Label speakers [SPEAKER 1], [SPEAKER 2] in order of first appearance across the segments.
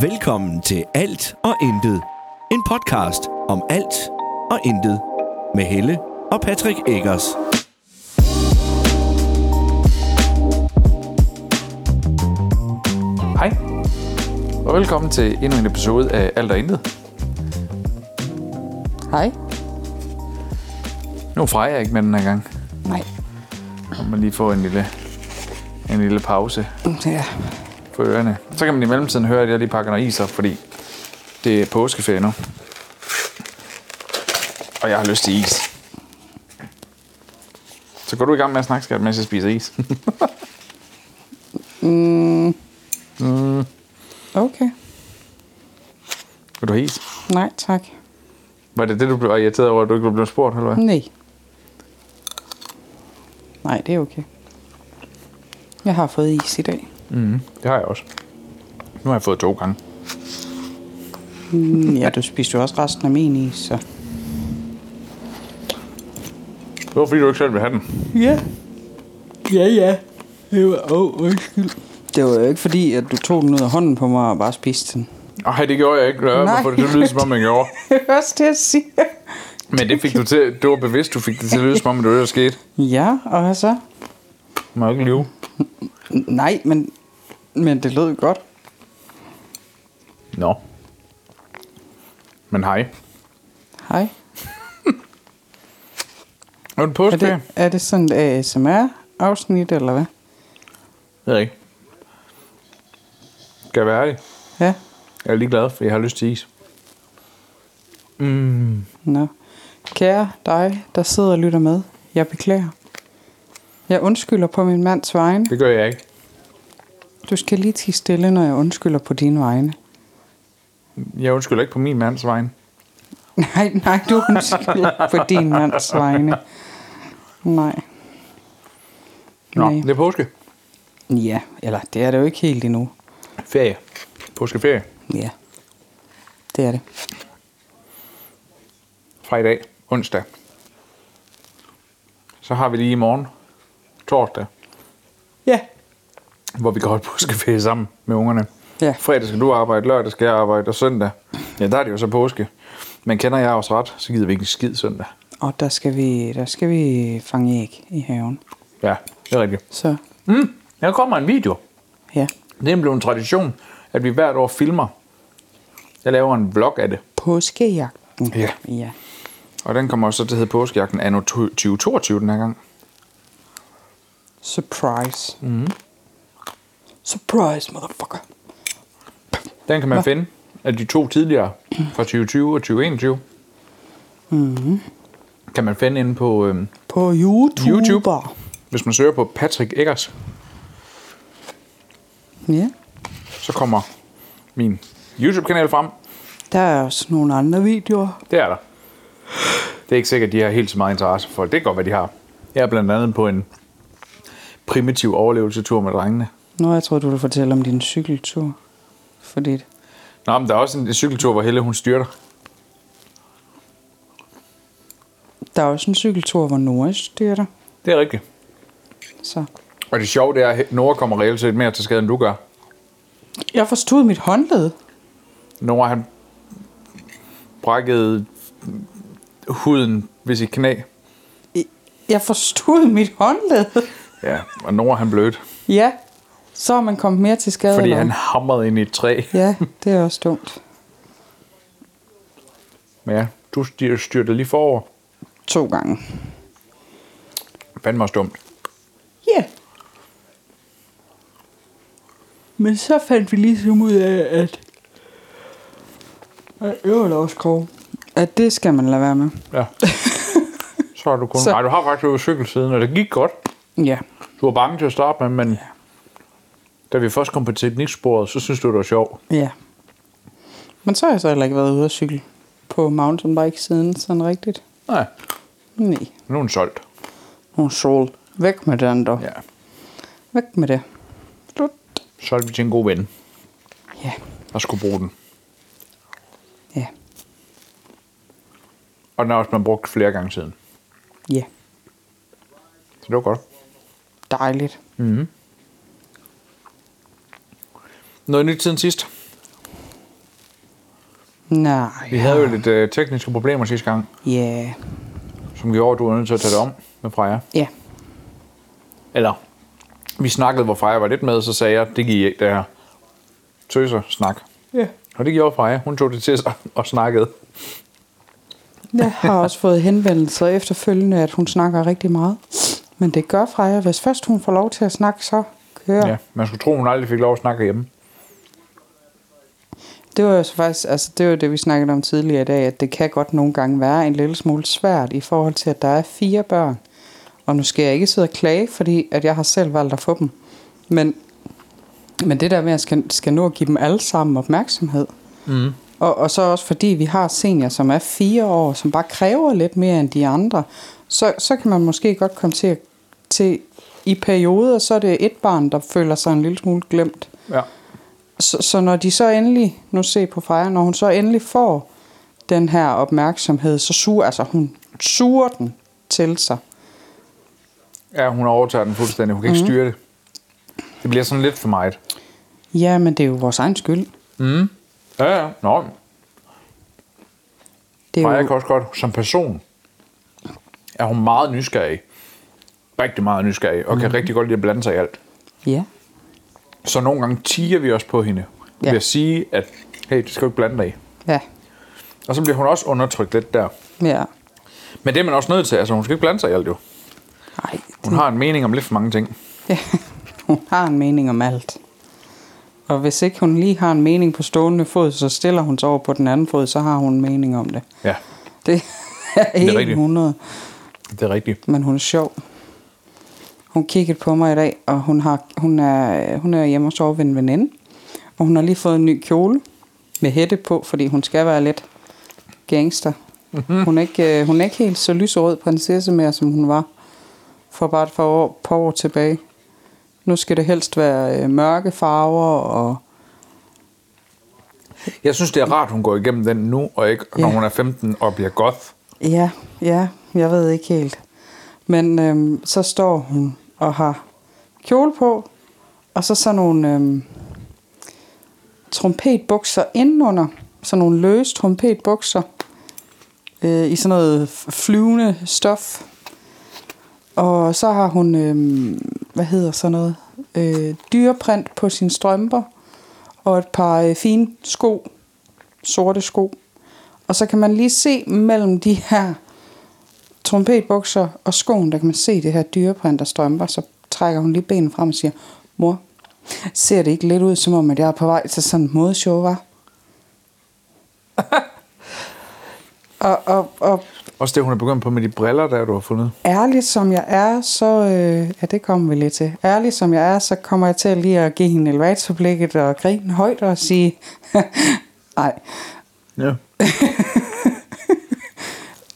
[SPEAKER 1] Velkommen til Alt og Intet. En podcast om alt og intet. Med Helle og Patrick Eggers.
[SPEAKER 2] Hej, og velkommen til endnu en episode af Alt og Intet.
[SPEAKER 3] Hej.
[SPEAKER 2] Nu er Freja ikke med den her gang.
[SPEAKER 3] Nej.
[SPEAKER 2] Må man lige få en lille, en lille pause
[SPEAKER 3] Ja.
[SPEAKER 2] for ørerne. Så kan man i mellemtiden høre, at jeg lige pakker noget is op, fordi det er påskeferie nu. Og jeg har lyst til is. Så går du i gang med at snakke, skat, mens jeg spiser is.
[SPEAKER 3] Okay.
[SPEAKER 2] Vil du have is?
[SPEAKER 3] Nej, tak.
[SPEAKER 2] Var det det, du blev irriteret over, at du ikke blev spurgt, eller hvad?
[SPEAKER 3] Nej. Nej, det er okay. Jeg har fået is i dag.
[SPEAKER 2] Det har jeg også. Nu har jeg fået to gange.
[SPEAKER 3] Mm, Ja, du spiste jo også resten af min is, så...
[SPEAKER 2] Det var fordi, du ikke selv ville have den.
[SPEAKER 3] Ja. Ja, ja. Det var... Åh, undskyld. Det var jo ikke fordi, at du tog den ud af hånden på mig og bare spiste den.
[SPEAKER 2] Nej, det gjorde jeg ikke. Lad være med at få det til at lyde, som om jeg gjorde.
[SPEAKER 3] Det er også det, jeg siger.
[SPEAKER 2] Men det fik du til, det var bevidst, du fik det til at lyde, som om det var det, der skete.
[SPEAKER 3] Ja, og hvad så?
[SPEAKER 2] Må jeg ikke lyve.
[SPEAKER 3] Nej, men... Men det lød godt.
[SPEAKER 2] Nå. Men hej.
[SPEAKER 3] Hej.
[SPEAKER 2] Er du
[SPEAKER 3] Er
[SPEAKER 2] påske?
[SPEAKER 3] det, er det sådan et ASMR-afsnit, eller hvad?
[SPEAKER 2] ved jeg ikke. Skal jeg være ærlig?
[SPEAKER 3] Ja.
[SPEAKER 2] Jeg er lige glad, for jeg har lyst til is.
[SPEAKER 3] Nå. Kære dig, der sidder og lytter med. Jeg beklager. Jeg undskylder på min mands vegne.
[SPEAKER 2] Det gør jeg ikke.
[SPEAKER 3] Du skal lige tige stille, når jeg undskylder på dine vegne.
[SPEAKER 2] Jeg undskylder ikke på min mands vegne.
[SPEAKER 3] Nej, nej, du undskylder på din mands vegne. Nej.
[SPEAKER 2] Nå,
[SPEAKER 3] Nej.
[SPEAKER 2] det er påske.
[SPEAKER 3] Ja, eller det er det jo ikke helt endnu.
[SPEAKER 2] Ferie. Påskeferie.
[SPEAKER 3] Ja, det er det.
[SPEAKER 2] Fra i dag. Onsdag. Så har vi lige i morgen. Torsdag.
[SPEAKER 3] Ja.
[SPEAKER 2] hvor vi går holde påskeferie sammen med ungerne.
[SPEAKER 3] Ja.
[SPEAKER 2] Fredag skal du arbejde, lørdag skal jeg arbejde, og søndag, ja, der er det jo så påske. Men kender jeg også ret, så gider vi ikke en skid søndag.
[SPEAKER 3] Og der skal vi, der skal vi fange æg i haven.
[SPEAKER 2] Ja, det er rigtigt.
[SPEAKER 3] Så
[SPEAKER 2] Mm, der kommer en video.
[SPEAKER 3] ja,
[SPEAKER 2] Det er blevet en tradition, at vi hvert år filmer. Jeg laver en vlog af det,
[SPEAKER 3] påskejagten.
[SPEAKER 2] Ja.
[SPEAKER 3] ja.
[SPEAKER 2] og den kommer også til at hedde Påskejagten anno 2022 den her gang.
[SPEAKER 3] Surprise. Mm. Surprise, motherfucker.
[SPEAKER 2] Den kan man finde af de to tidligere, fra 2020 og 2021. Mm. Kan man finde inde på, øh,
[SPEAKER 3] På YouTube.
[SPEAKER 2] YouTube. hvis man søger på Patrick Eggers,
[SPEAKER 3] Ja.
[SPEAKER 2] så kommer min YouTube-kanal frem.
[SPEAKER 3] Der er også nogle andre videoer.
[SPEAKER 2] Det er der. Det er ikke sikkert, at de har helt så meget interesse for folk. Det kan godt, hvad de har. Jeg er blandt andet på en primitiv overlevelsetur med drengene.
[SPEAKER 3] Nå, jeg tror du ville fortælle om din cykeltur. Fordi...
[SPEAKER 2] Nå, men der er også en cykeltur, hvor Helle hun styrter.
[SPEAKER 3] Der er også en cykeltur, hvor Nora styrter.
[SPEAKER 2] Det er rigtigt.
[SPEAKER 3] Så.
[SPEAKER 2] Og det sjove det er, at Nora kommer reelt set mere til skade, end du gør.
[SPEAKER 3] Jeg forstod mit håndled.
[SPEAKER 2] Nora, han brækkede huden ved sit knæ.
[SPEAKER 3] I- Jeg forstod mit håndled.
[SPEAKER 2] Ja, og Nora, han blødt,
[SPEAKER 3] ja. Så er man kommet mere til skade.
[SPEAKER 2] fordi
[SPEAKER 3] eller
[SPEAKER 2] han
[SPEAKER 3] hvad?
[SPEAKER 2] hamrede ind i et træ.
[SPEAKER 3] Ja, det er også dumt.
[SPEAKER 2] Men ja, du styr- styrtede lige forover.
[SPEAKER 3] To gange.
[SPEAKER 2] Fanden var dumt.
[SPEAKER 3] Ja. Yeah. Men så fandt vi ligesom ud af, at... At øverlovskrog. At det skal man lade være med.
[SPEAKER 2] Ja. Så har du kun...
[SPEAKER 3] Så-
[SPEAKER 2] Nej, du har faktisk været cykelsiden, og det gik godt.
[SPEAKER 3] Ja.
[SPEAKER 2] Du var bange til at starte med, men da vi først kom på tekniksporet, så synes du, det var sjovt.
[SPEAKER 3] Ja. Men så har jeg så heller ikke været ude at cykle på mountainbike siden sådan rigtigt.
[SPEAKER 2] Nej,
[SPEAKER 3] Nej.
[SPEAKER 2] nu er den solgt.
[SPEAKER 3] Hun sol. Væk med den dog.
[SPEAKER 2] Ja.
[SPEAKER 3] Væk med det. Slut.
[SPEAKER 2] Solgte vi til en god ven,
[SPEAKER 3] Ja.
[SPEAKER 2] der skulle bruge den.
[SPEAKER 3] Ja.
[SPEAKER 2] Og den har også blevet brugt flere gange siden.
[SPEAKER 3] Ja.
[SPEAKER 2] Så det var godt.
[SPEAKER 3] Dejligt.
[SPEAKER 2] Noget nyt siden sidst?
[SPEAKER 3] Nej.
[SPEAKER 2] Vi havde jo lidt øh, tekniske problemer sidste gang,
[SPEAKER 3] Ja.
[SPEAKER 2] som gjorde, at du var nødt til at tage det om med Freja.
[SPEAKER 3] Ja.
[SPEAKER 2] Eller, vi snakkede, hvor Freja var lidt med, så sagde jeg, det gik ikke, det her tøser-snak.
[SPEAKER 3] Ja.
[SPEAKER 2] Og det gjorde Freja. Hun tog det til sig og snakkede.
[SPEAKER 3] Jeg har også fået henvendelser efterfølgende, at hun snakker rigtig meget. Men det gør Freja. Hvis først hun får lov til at snakke, så kører.
[SPEAKER 2] Ja. Man skulle tro, hun aldrig fik lov at snakke hjemme.
[SPEAKER 3] Det var jo så faktisk, altså det var det, vi snakkede om tidligere i dag, at det kan godt nogle gange være en lille smule svært i forhold til, at der er fire børn. Og nu skal jeg ikke sidde og klage, fordi at jeg har selv valgt at få dem. Men, men det der med, at jeg skal, skal nå at give dem alle sammen opmærksomhed.
[SPEAKER 2] Mm.
[SPEAKER 3] Og, og så også fordi vi har senior, som er fire år, som bare kræver lidt mere end de andre, så, så kan man måske godt komme til, at- til i perioder, så er det et barn, der føler sig en lille smule glemt.
[SPEAKER 2] Ja.
[SPEAKER 3] Så, så når de så endelig, nu se på Freja, når hun så endelig får den her opmærksomhed, så suger, altså hun suger den til sig.
[SPEAKER 2] Ja, hun overtager den fuldstændig. Hun kan ikke styre det. Det bliver sådan lidt for meget.
[SPEAKER 3] Ja, men det er jo vores egen skyld.
[SPEAKER 2] Mm. Ja, ja. Nå,
[SPEAKER 3] Det er
[SPEAKER 2] Freja
[SPEAKER 3] jo,
[SPEAKER 2] kan også godt, som person, er hun meget nysgerrig. Rigtig meget nysgerrig, og kan rigtig godt lide at blande sig i alt.
[SPEAKER 3] ja,
[SPEAKER 2] Så nogle gange tiger vi også på hende,
[SPEAKER 3] Ja.
[SPEAKER 2] ja. ved at sige, at hey, det skal du ikke blande dig i.
[SPEAKER 3] ja,
[SPEAKER 2] Og så bliver hun også undertrykt lidt der.
[SPEAKER 3] ja.
[SPEAKER 2] Men det er man også nødt til, altså hun skal ikke blande sig i alt jo.
[SPEAKER 3] Ej,
[SPEAKER 2] Hun har en mening om lidt for mange ting.
[SPEAKER 3] Ja, hun har en mening om alt. Og hvis ikke hun lige har en mening på stående fod, så stiller hun sig over på den anden fod, så har hun en mening om det.
[SPEAKER 2] Ja,
[SPEAKER 3] Det er helt
[SPEAKER 2] rigtigt.
[SPEAKER 3] 100,
[SPEAKER 2] det er rigtigt.
[SPEAKER 3] men hun er sjov. Hun kiggede på mig i dag, og hun, har, hun, er, hun er hjemme og sover ved en veninde. Og hun har lige fået en ny kjole med hætte på, fordi hun skal være lidt gangster. Hun er ikke, øh, hun er ikke helt så lyserød prinsesse mere, som hun var for bare et par år, par år tilbage. Nu skal det helst være øh, mørke farver, og
[SPEAKER 2] Jeg synes, det er rart, hun går igennem den nu, og ikke når
[SPEAKER 3] Mm. Ja.
[SPEAKER 2] hun er 15 og bliver goth.
[SPEAKER 3] Ja, ja, jeg ved ikke helt. Men øhm, så står hun og har kjole på, og så sådan nogle øhm, trompetbukser indenunder. Sådan nogle løse trompetbukser øh, i sådan noget f- flyvende stof. Og så har hun, øhm, hvad hedder sådan noget, øh, dyreprint på sine strømper, og et par øh, fine sko, sorte sko. Og så kan man lige se mellem de her trompetbukser og skoen, der kan man se det her dyreprint og strømper, så trækker hun lige benet frem og siger, mor, ser det ikke lidt ud, som om at jeg er på vej til sådan en modeshow, var? og, og, og
[SPEAKER 2] Også det, hun er begyndt på med de briller, der du har fundet.
[SPEAKER 3] ærlig som jeg er, så... Øh, ja, det kommer vi lidt til. Ærlig som jeg er, så kommer jeg til lige at give hende elevatorblikket og grine højt og sige... Nej.
[SPEAKER 2] Ja.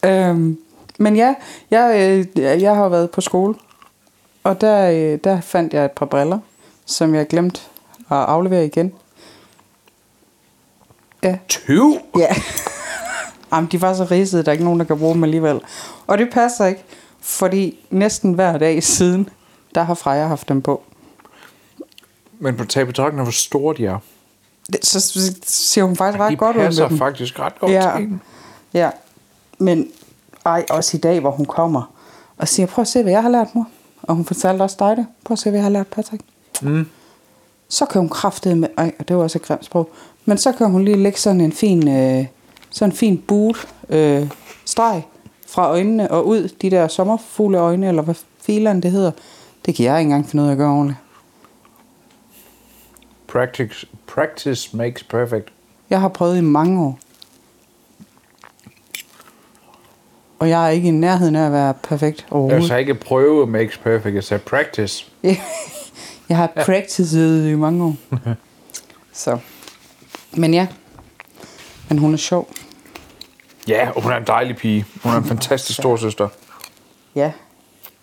[SPEAKER 3] Øhm, men ja, jeg, øh, jeg har været på skole, og der, øh, der fandt jeg et par briller, som jeg glemte at aflevere igen. Ja.
[SPEAKER 2] 20?
[SPEAKER 3] Ja. Jamen, de var så ridsede, der er ikke nogen, der kan bruge dem alligevel. Og det passer ikke, fordi næsten hver dag siden, der har Freja haft dem på.
[SPEAKER 2] Men på tag i betragtning, af, hvor store de er.
[SPEAKER 3] Det, så så ser hun faktisk
[SPEAKER 2] de
[SPEAKER 3] ret godt ud med
[SPEAKER 2] passer
[SPEAKER 3] dem.
[SPEAKER 2] faktisk ret godt
[SPEAKER 3] ja.
[SPEAKER 2] til en.
[SPEAKER 3] ja. Men ej, også i dag, hvor hun kommer og siger, prøv at se, hvad jeg har lært, mor. Og hun fortalte også dig det. Prøv at se, hvad jeg har lært, Patrick.
[SPEAKER 2] Mm.
[SPEAKER 3] Så kan hun kraftede med, ej, og det var også et grimt sprog, men så kan hun lige lægge sådan en fin, øh, sådan en fin boot øh, streg fra øjnene og ud, de der sommerfugle øjne, eller hvad fileren det hedder. Det kan jeg ikke engang finde ud af at gøre ordentligt.
[SPEAKER 2] Practice, practice makes perfect.
[SPEAKER 3] Jeg har prøvet i mange år. Og jeg er ikke i nærheden af at være perfekt
[SPEAKER 2] Jeg
[SPEAKER 3] overhovedet.
[SPEAKER 2] sagde Altså ikke prøve makes perfect, jeg sagde practice.
[SPEAKER 3] Jeg har practiced i mange år. Så. Men ja. Men hun er sjov.
[SPEAKER 2] Ja, og hun er en dejlig pige. Hun er en fantastisk storsøster.
[SPEAKER 3] Ja,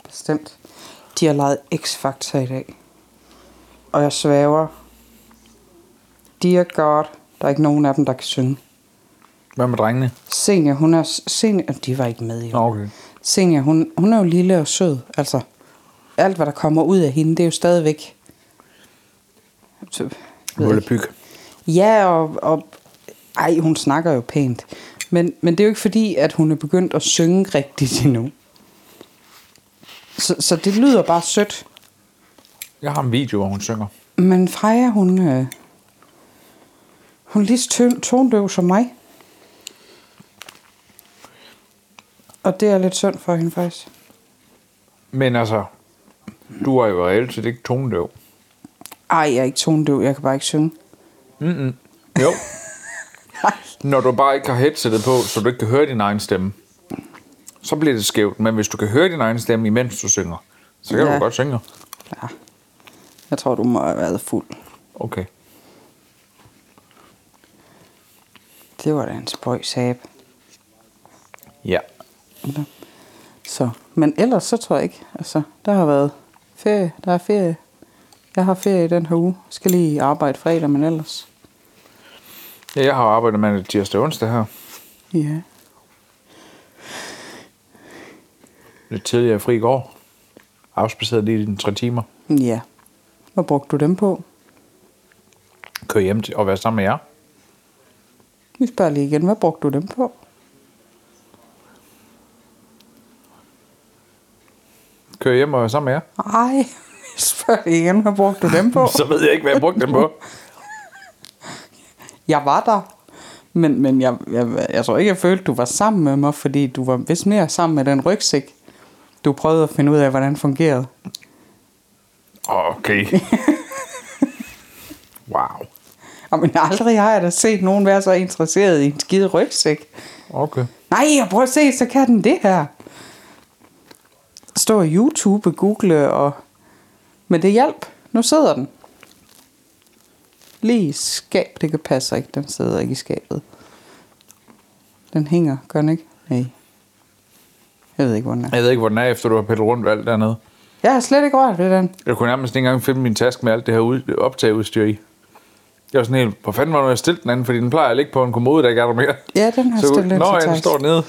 [SPEAKER 3] bestemt. De har lejet X-Factor i dag. Og jeg svæver. Dear God, der er ikke nogen af dem, der kan synge.
[SPEAKER 2] Hvad med drengene?
[SPEAKER 3] Senior, hun er... s- Senior, de var ikke med i år.
[SPEAKER 2] Nå, okay.
[SPEAKER 3] Senior, hun, hun er jo lille og sød. Altså, alt hvad der kommer ud af hende, det er jo stadigvæk... Så- ved
[SPEAKER 2] Mulle
[SPEAKER 3] ikke.
[SPEAKER 2] Pyg.
[SPEAKER 3] Ja, og, og Ej, hun snakker jo pænt. Men, men det er jo ikke fordi, at hun er begyndt at synge rigtigt endnu. Så, så det lyder bare sødt.
[SPEAKER 2] Jeg har en video, hvor hun synger.
[SPEAKER 3] Men Freja, hun, øh, hun er lige så tø- tondøv som mig. Og det er lidt synd for hende faktisk.
[SPEAKER 2] Men altså, du er jo reelt set ikke tonedøv.
[SPEAKER 3] Ej, jeg er ikke tondøv, jeg kan bare ikke synge.
[SPEAKER 2] Jo. Når du bare ikke har headsettet på, så du ikke kan høre din egen stemme, så bliver det skævt. Men hvis du kan høre din egen stemme, imens du synger, så kan ja.
[SPEAKER 3] Ja.
[SPEAKER 2] du godt synge.
[SPEAKER 3] Ja. Jeg tror, du må have været fuld.
[SPEAKER 2] Okay.
[SPEAKER 3] Det var da en spøj sab.
[SPEAKER 2] Ja.
[SPEAKER 3] Så. Men ellers så tror jeg ikke. Altså, der har været ferie. Der er ferie. Jeg har ferie i den her uge. Skal lige arbejde fredag, men ellers.
[SPEAKER 2] ja jeg har arbejdet mandag, tirsdag og onsdag her.
[SPEAKER 3] Ja.
[SPEAKER 2] Lidt tidligere fri i går. Afspaceret lige i tre timer.
[SPEAKER 3] Ja. Hvad brugte du dem på?
[SPEAKER 2] Kør hjem til og være sammen med jer.
[SPEAKER 3] Vi spørger lige igen. Hvad brugte du dem på?
[SPEAKER 2] Kør hjem og være sammen med jer.
[SPEAKER 3] Ej, jeg spørger lige igen. Hvad brugte du dem på?
[SPEAKER 2] Så ved jeg ikke, hvad jeg brugte dem på.
[SPEAKER 3] Jeg var der. Men, men jeg, jeg, jeg tror ikke, jeg følte, du var sammen med mig, fordi du var vist mere sammen med den rygsæk. Du prøvede at finde ud af, hvordan fungerede.
[SPEAKER 2] Okay. Wow.
[SPEAKER 3] Jamen aldrig har jeg da set nogen være så interesseret i en skide rygsæk.
[SPEAKER 2] Okay.
[SPEAKER 3] Nej, jeg prøver at se, så kan den det her. Stå og YouTube, google og... Men det hjælp. Nu sidder den. Lige i skab, det kan passe ikke. Den sidder ikke i skabet. Den hænger, gør den ikke? Nej. Jeg ved ikke, hvor den er.
[SPEAKER 2] Jeg ved ikke, hvor den er, efter du har pillet rundt ved alt dernede.
[SPEAKER 3] Jeg har slet ikke rørt ved den.
[SPEAKER 2] Jeg kunne nærmest ikke engang finde min taske med alt det her ud- optageudstyr i. Jeg var sådan helt, hvor fanden var det, nu, jeg stillede den anden, fordi den plejer at ligge på en kommode, der ikke er der mere.
[SPEAKER 3] Ja, den har
[SPEAKER 2] Så,
[SPEAKER 3] stillet lidt
[SPEAKER 2] Nå,
[SPEAKER 3] til
[SPEAKER 2] ja, den
[SPEAKER 3] taks.
[SPEAKER 2] står nede.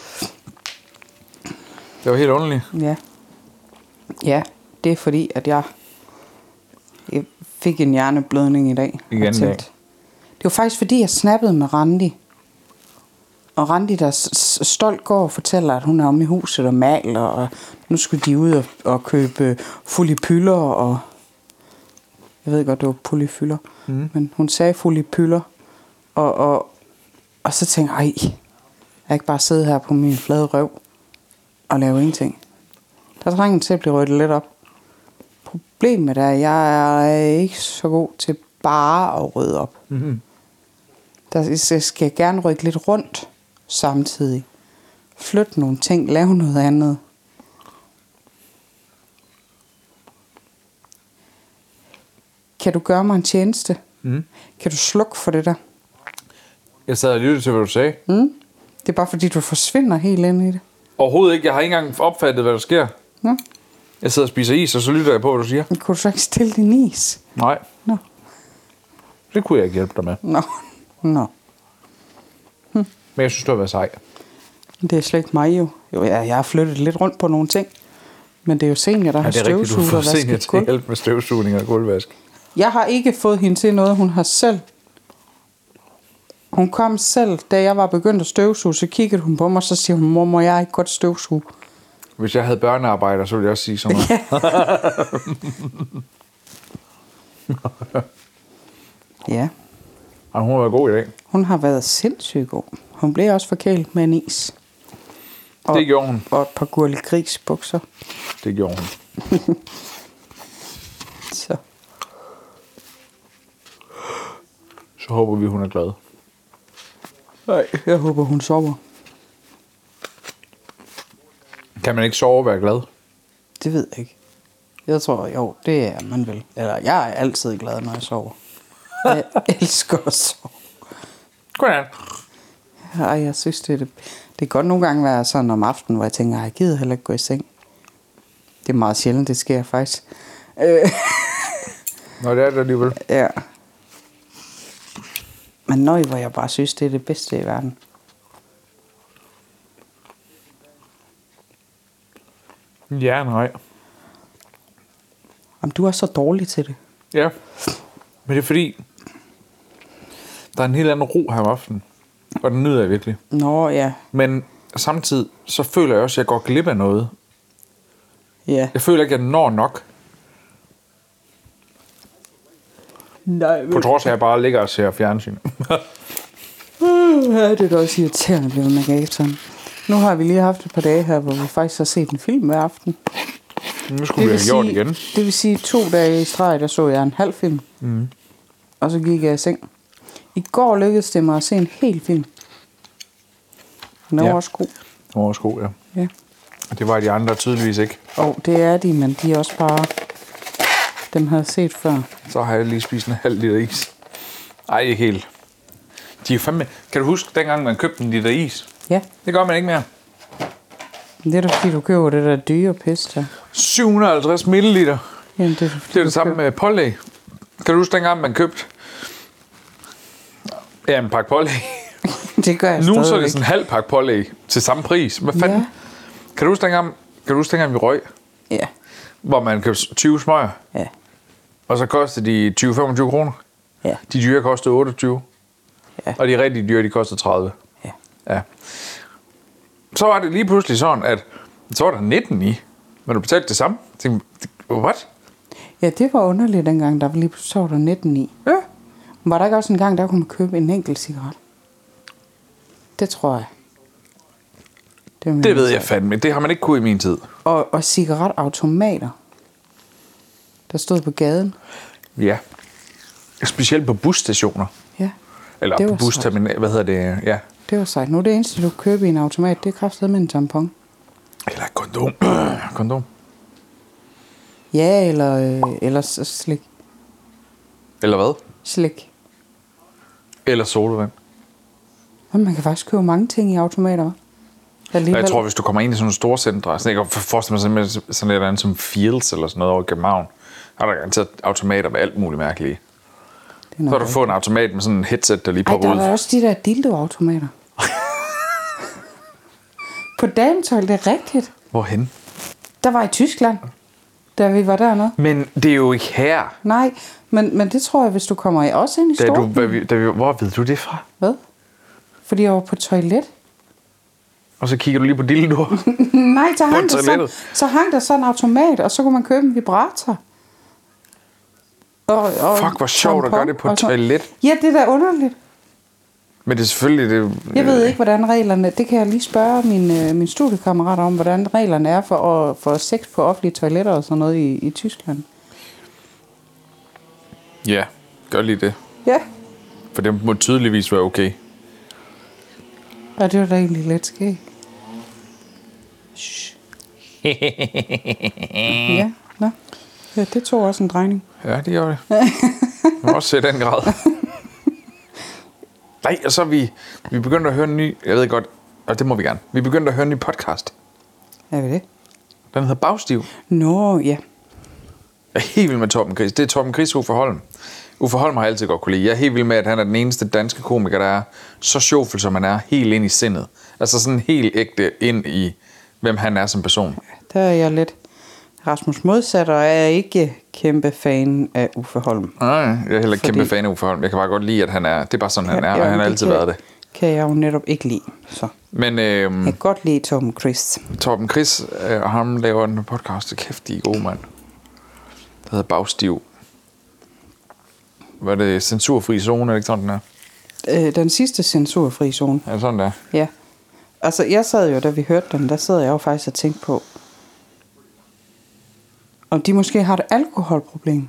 [SPEAKER 2] Det var helt underligt.
[SPEAKER 3] Ja. Ja, det er fordi, at jeg, jeg fik en hjerneblødning i dag.
[SPEAKER 2] Igen
[SPEAKER 3] Jeg tænkte-
[SPEAKER 2] i dag.
[SPEAKER 3] Det var faktisk fordi, jeg snappede med Randi. Og Randi, der s- s- stolt går og fortæller, at hun er om i huset og maler, og nu skulle de ud og, og købe folipyller og... Jeg ved godt, det var polyfyller, mm. men hun sagde folipyller. Og, og, og så tænkte jeg, ej, jeg kan ikke bare sidde her på min flade røv og lave ingenting. Der trænger til at blive ryddet lidt op. Problemet er, at jeg er ikke så god til bare at rydde op.
[SPEAKER 2] Mm-hmm.
[SPEAKER 3] Der så skal jeg gerne rykke lidt rundt samtidig. Flytte nogle ting, lave noget andet. Kan du gøre mig en tjeneste?
[SPEAKER 2] Mm.
[SPEAKER 3] Kan du slukke for det der?
[SPEAKER 2] Jeg sad og lyttede til, hvad du sagde.
[SPEAKER 3] Mm? Det er bare fordi, du forsvinder helt ind i det.
[SPEAKER 2] Overhovedet ikke. Jeg har ikke engang opfattet, hvad der sker.
[SPEAKER 3] Nå?
[SPEAKER 2] Jeg sidder og spiser is, og så lytter jeg på, hvad du siger.
[SPEAKER 3] Men Kunne du så ikke stille din is?
[SPEAKER 2] Nej,
[SPEAKER 3] Nå.
[SPEAKER 2] det kunne jeg ikke hjælpe dig med.
[SPEAKER 3] Nå. Nå.
[SPEAKER 2] Men jeg synes, du har været sej.
[SPEAKER 3] Det er slet ikke mig jo. Jo, jeg, jeg har flyttet lidt rundt på nogle ting. Men det er jo senior, der har støvsuget og
[SPEAKER 2] senior
[SPEAKER 3] vasket
[SPEAKER 2] til at
[SPEAKER 3] gulv.
[SPEAKER 2] hjælpe med støvsugning og gulvvask.
[SPEAKER 3] Jeg har ikke fået hende til noget, hun har selv. Hun kom selv, da jeg var begyndt at støvsuge, så kiggede hun på mig, så siger hun, mor, må jeg ikke godt støvsuge?
[SPEAKER 2] Hvis jeg havde børnearbejder, så ville jeg også sige sådan noget.
[SPEAKER 3] Ja,
[SPEAKER 2] Ej, hun var god i dag.
[SPEAKER 3] hun har været sindssygt god. Hun blev også forkælet med en is.
[SPEAKER 2] Det gjorde hun.
[SPEAKER 3] Og et par gurlig grisbukser.
[SPEAKER 2] Det gjorde hun.
[SPEAKER 3] Så.
[SPEAKER 2] Så håber vi, hun er glad.
[SPEAKER 3] Nej, jeg håber, hun sover.
[SPEAKER 2] Kan man ikke sove og være glad?
[SPEAKER 3] Det ved jeg ikke. Jeg tror, jo, det er man vel. Eller jeg er altid glad, når jeg sover. Jeg elsker at sove.
[SPEAKER 2] Godnat.
[SPEAKER 3] Ej, jeg synes, det er det. Det kan godt nogle gange være sådan om aftenen, hvor jeg tænker, "Ej, jeg gider heller ikke gå i seng. Det er meget sjældent, det sker faktisk.
[SPEAKER 2] Nå, det er det alligevel.
[SPEAKER 3] Ja. Men nøj, hvor jeg bare synes, det er det bedste i verden.
[SPEAKER 2] Ja, nej.
[SPEAKER 3] Om du er så dårlig til det.
[SPEAKER 2] Ja. Men det er fordi, der er en helt anden ro her om aftenen. Og den nyder jeg virkelig.
[SPEAKER 3] Nå, ja.
[SPEAKER 2] Men samtidig, så føler jeg også, at jeg går glip af noget.
[SPEAKER 3] Ja.
[SPEAKER 2] Jeg føler ikke, at jeg når nok.
[SPEAKER 3] Nej, men...
[SPEAKER 2] På trods af, at jeg bare ligger og ser fjernsyn.
[SPEAKER 3] Ja, det er da også irriterende, at blive ved med gatoren. Nu har vi lige haft et par dage her, hvor vi faktisk har set en film hver aften.
[SPEAKER 2] nu skulle vi have gjort det igen.
[SPEAKER 3] det vil sige, to dage i streg, der så jeg en halv film. Mm. Og så gik jeg i seng. I går lykkedes det mig at se en hel film. Den er
[SPEAKER 2] Ja.
[SPEAKER 3] ja. også god.
[SPEAKER 2] Det var også god, ja.
[SPEAKER 3] Ja.
[SPEAKER 2] Og det var de andre tydeligvis ikke.
[SPEAKER 3] Og det er de, men de er også bare... Dem havde jeg set før.
[SPEAKER 2] Så har jeg lige spist en halv liter is. Ej, ikke helt. De er fandme... Kan du huske, dengang man købte en liter is?
[SPEAKER 3] Ja,
[SPEAKER 2] Det gør man ikke mere.
[SPEAKER 3] men det er da fordi, du køber det der dyre pis der.
[SPEAKER 2] 750 milliliter.
[SPEAKER 3] Jamen, det er da fordi,
[SPEAKER 2] Det er
[SPEAKER 3] du
[SPEAKER 2] det samme
[SPEAKER 3] køber-
[SPEAKER 2] med pålæg. Kan du huske, dengang man købte... Ja, en pakke pålæg.
[SPEAKER 3] Det gør jeg
[SPEAKER 2] Nu så er
[SPEAKER 3] stadigvæk.
[SPEAKER 2] det sådan en halv pakke pålæg til samme pris. Hvad fanden?
[SPEAKER 3] Ja.
[SPEAKER 2] Kan du huske, dengang, kan du huske, dengang vi røg?
[SPEAKER 3] Ja,
[SPEAKER 2] Hvor man købte 20 smøger,
[SPEAKER 3] ja,
[SPEAKER 2] og så kostede de 20-25 kroner.
[SPEAKER 3] ja.
[SPEAKER 2] De dyre kostede 28.
[SPEAKER 3] Ja.
[SPEAKER 2] Og de rigtig dyre, de kostede 30.
[SPEAKER 3] Ja.
[SPEAKER 2] Ja. Så var det lige pludselig sådan, at så var der 19 i, men du betalte det samme. Jeg tænkte, what?
[SPEAKER 3] Ja, det var underligt dengang, der var lige pludselig så var der 19 i.
[SPEAKER 2] Ja.
[SPEAKER 3] Var der ikke også en gang, der kunne man købe en enkelt cigaret? Det tror jeg. var min
[SPEAKER 2] Det ved jeg
[SPEAKER 3] indtryk.
[SPEAKER 2] fandme. Det har man ikke kunnet i min tid.
[SPEAKER 3] altså- Og, og cigaretautomater, der stod på gaden.
[SPEAKER 2] Ja. Specielt på busstationer.
[SPEAKER 3] Ja,
[SPEAKER 2] Eller
[SPEAKER 3] Det
[SPEAKER 2] på
[SPEAKER 3] var
[SPEAKER 2] busterminal. Hvad hedder det? Ja.
[SPEAKER 3] det var sejt. Nu er det eneste, du kan købe i en automat, det er kraftedet med en tampon.
[SPEAKER 2] Eller kondom. kondom.
[SPEAKER 3] Ja, eller, øh, eller s- slik.
[SPEAKER 2] Eller hvad?
[SPEAKER 3] slik.
[SPEAKER 2] Eller sodavand.
[SPEAKER 3] Men man kan faktisk købe mange ting i automater, hva'?
[SPEAKER 2] Og
[SPEAKER 3] Alligevel.
[SPEAKER 2] Jeg tror, hvis du kommer ind i sådan nogle store centre, sådan, jeg kan forestille mig sådan, sådan et eller andet som Fields eller sådan noget over i København, der er der garanteret automater med alt muligt mærkeligt. i.
[SPEAKER 3] det er nok
[SPEAKER 2] Så har du
[SPEAKER 3] rigtigt.
[SPEAKER 2] fået en automat med sådan en headset, der lige
[SPEAKER 3] Ej,
[SPEAKER 2] popper
[SPEAKER 3] der var
[SPEAKER 2] ud.
[SPEAKER 3] også de der dildoautomater. på dametøj, det er rigtigt.
[SPEAKER 2] Hvorhen?
[SPEAKER 3] Der var i Tyskland, da vi var dernede.
[SPEAKER 2] Men det er jo ikke her.
[SPEAKER 3] Nej, men, men det tror jeg, hvis du kommer i også ind i
[SPEAKER 2] Da du,
[SPEAKER 3] storbyen.
[SPEAKER 2] hvad, vi- da vi, hvor ved du det fra?
[SPEAKER 3] Hvad? Fordi jeg var på toilet.
[SPEAKER 2] Og så kigger du lige på dildoer.
[SPEAKER 3] Nej, så
[SPEAKER 2] På
[SPEAKER 3] hang, der sådan,
[SPEAKER 2] toilettet?
[SPEAKER 3] så hang der sådan en automat, og så kunne man købe en vibrator. Og, og
[SPEAKER 2] Fuck, hvor sjovt at
[SPEAKER 3] tampon
[SPEAKER 2] gøre det på
[SPEAKER 3] og
[SPEAKER 2] et
[SPEAKER 3] sådan-
[SPEAKER 2] toilet.
[SPEAKER 3] Ja, det er da underligt.
[SPEAKER 2] Men det er selvfølgelig... Det,
[SPEAKER 3] Jeg ved ikke, hvordan reglerne... Det kan jeg lige spørge min, øh, min studiekammerat om, hvordan reglerne er for, at, for sex på offentlige toiletter og sådan noget i, i Tyskland.
[SPEAKER 2] Ja, gør lige det.
[SPEAKER 3] Ja.
[SPEAKER 2] For det må tydeligvis være okay.
[SPEAKER 3] Og det var da egentlig lidt skægt. Shh. ja, nå. Ja, det tog også en drejning.
[SPEAKER 2] Ja, det gør det. Man må også se den grad. Nej, og så er vi, vi er begyndt at høre en ny... Jeg ved godt, og det må vi gerne. Vi er begyndt at høre en ny podcast.
[SPEAKER 3] Er vi det?
[SPEAKER 2] Den hedder Bagstiv.
[SPEAKER 3] Nå, ja.
[SPEAKER 2] Jeg er helt vild med Torben Chris. Det er Torben Chris Uffe Holm. Uffe Holm har jeg altid godt kunne lide. Jeg er helt vild med, at han er den eneste danske komiker, der er så sjovfuld, som han er, helt ind i sindet. Altså sådan helt ægte ind i, hvem han er som person.
[SPEAKER 3] Der er jeg lidt Rasmus modsat, og er ikke kæmpe fan af Uffe Holm.
[SPEAKER 2] Nej, jeg er heller ikke
[SPEAKER 3] Fordi-
[SPEAKER 2] kæmpe fan af Uffe Holm. Jeg kan bare godt lide, at han er... Det er bare sådan, han er, og han har altid
[SPEAKER 3] kan,
[SPEAKER 2] været det.
[SPEAKER 3] kan jeg jo netop ikke lide. Så.
[SPEAKER 2] Men øhm,
[SPEAKER 3] Jeg kan godt lide Tom Christ.
[SPEAKER 2] Torben Chris øh, og ham laver en podcast. Kæft, de er gode, mand. Der hedder Bagstiv. Hvad er det? Censurfri zone, er det ikke sådan, den er?
[SPEAKER 3] Øh, den sidste censurfri zone.
[SPEAKER 2] Er det sådan, der?
[SPEAKER 3] Ja. Altså, jeg sad jo, da vi hørte den, der sad jeg jo faktisk og tænkte på, om de måske har et alkoholproblem,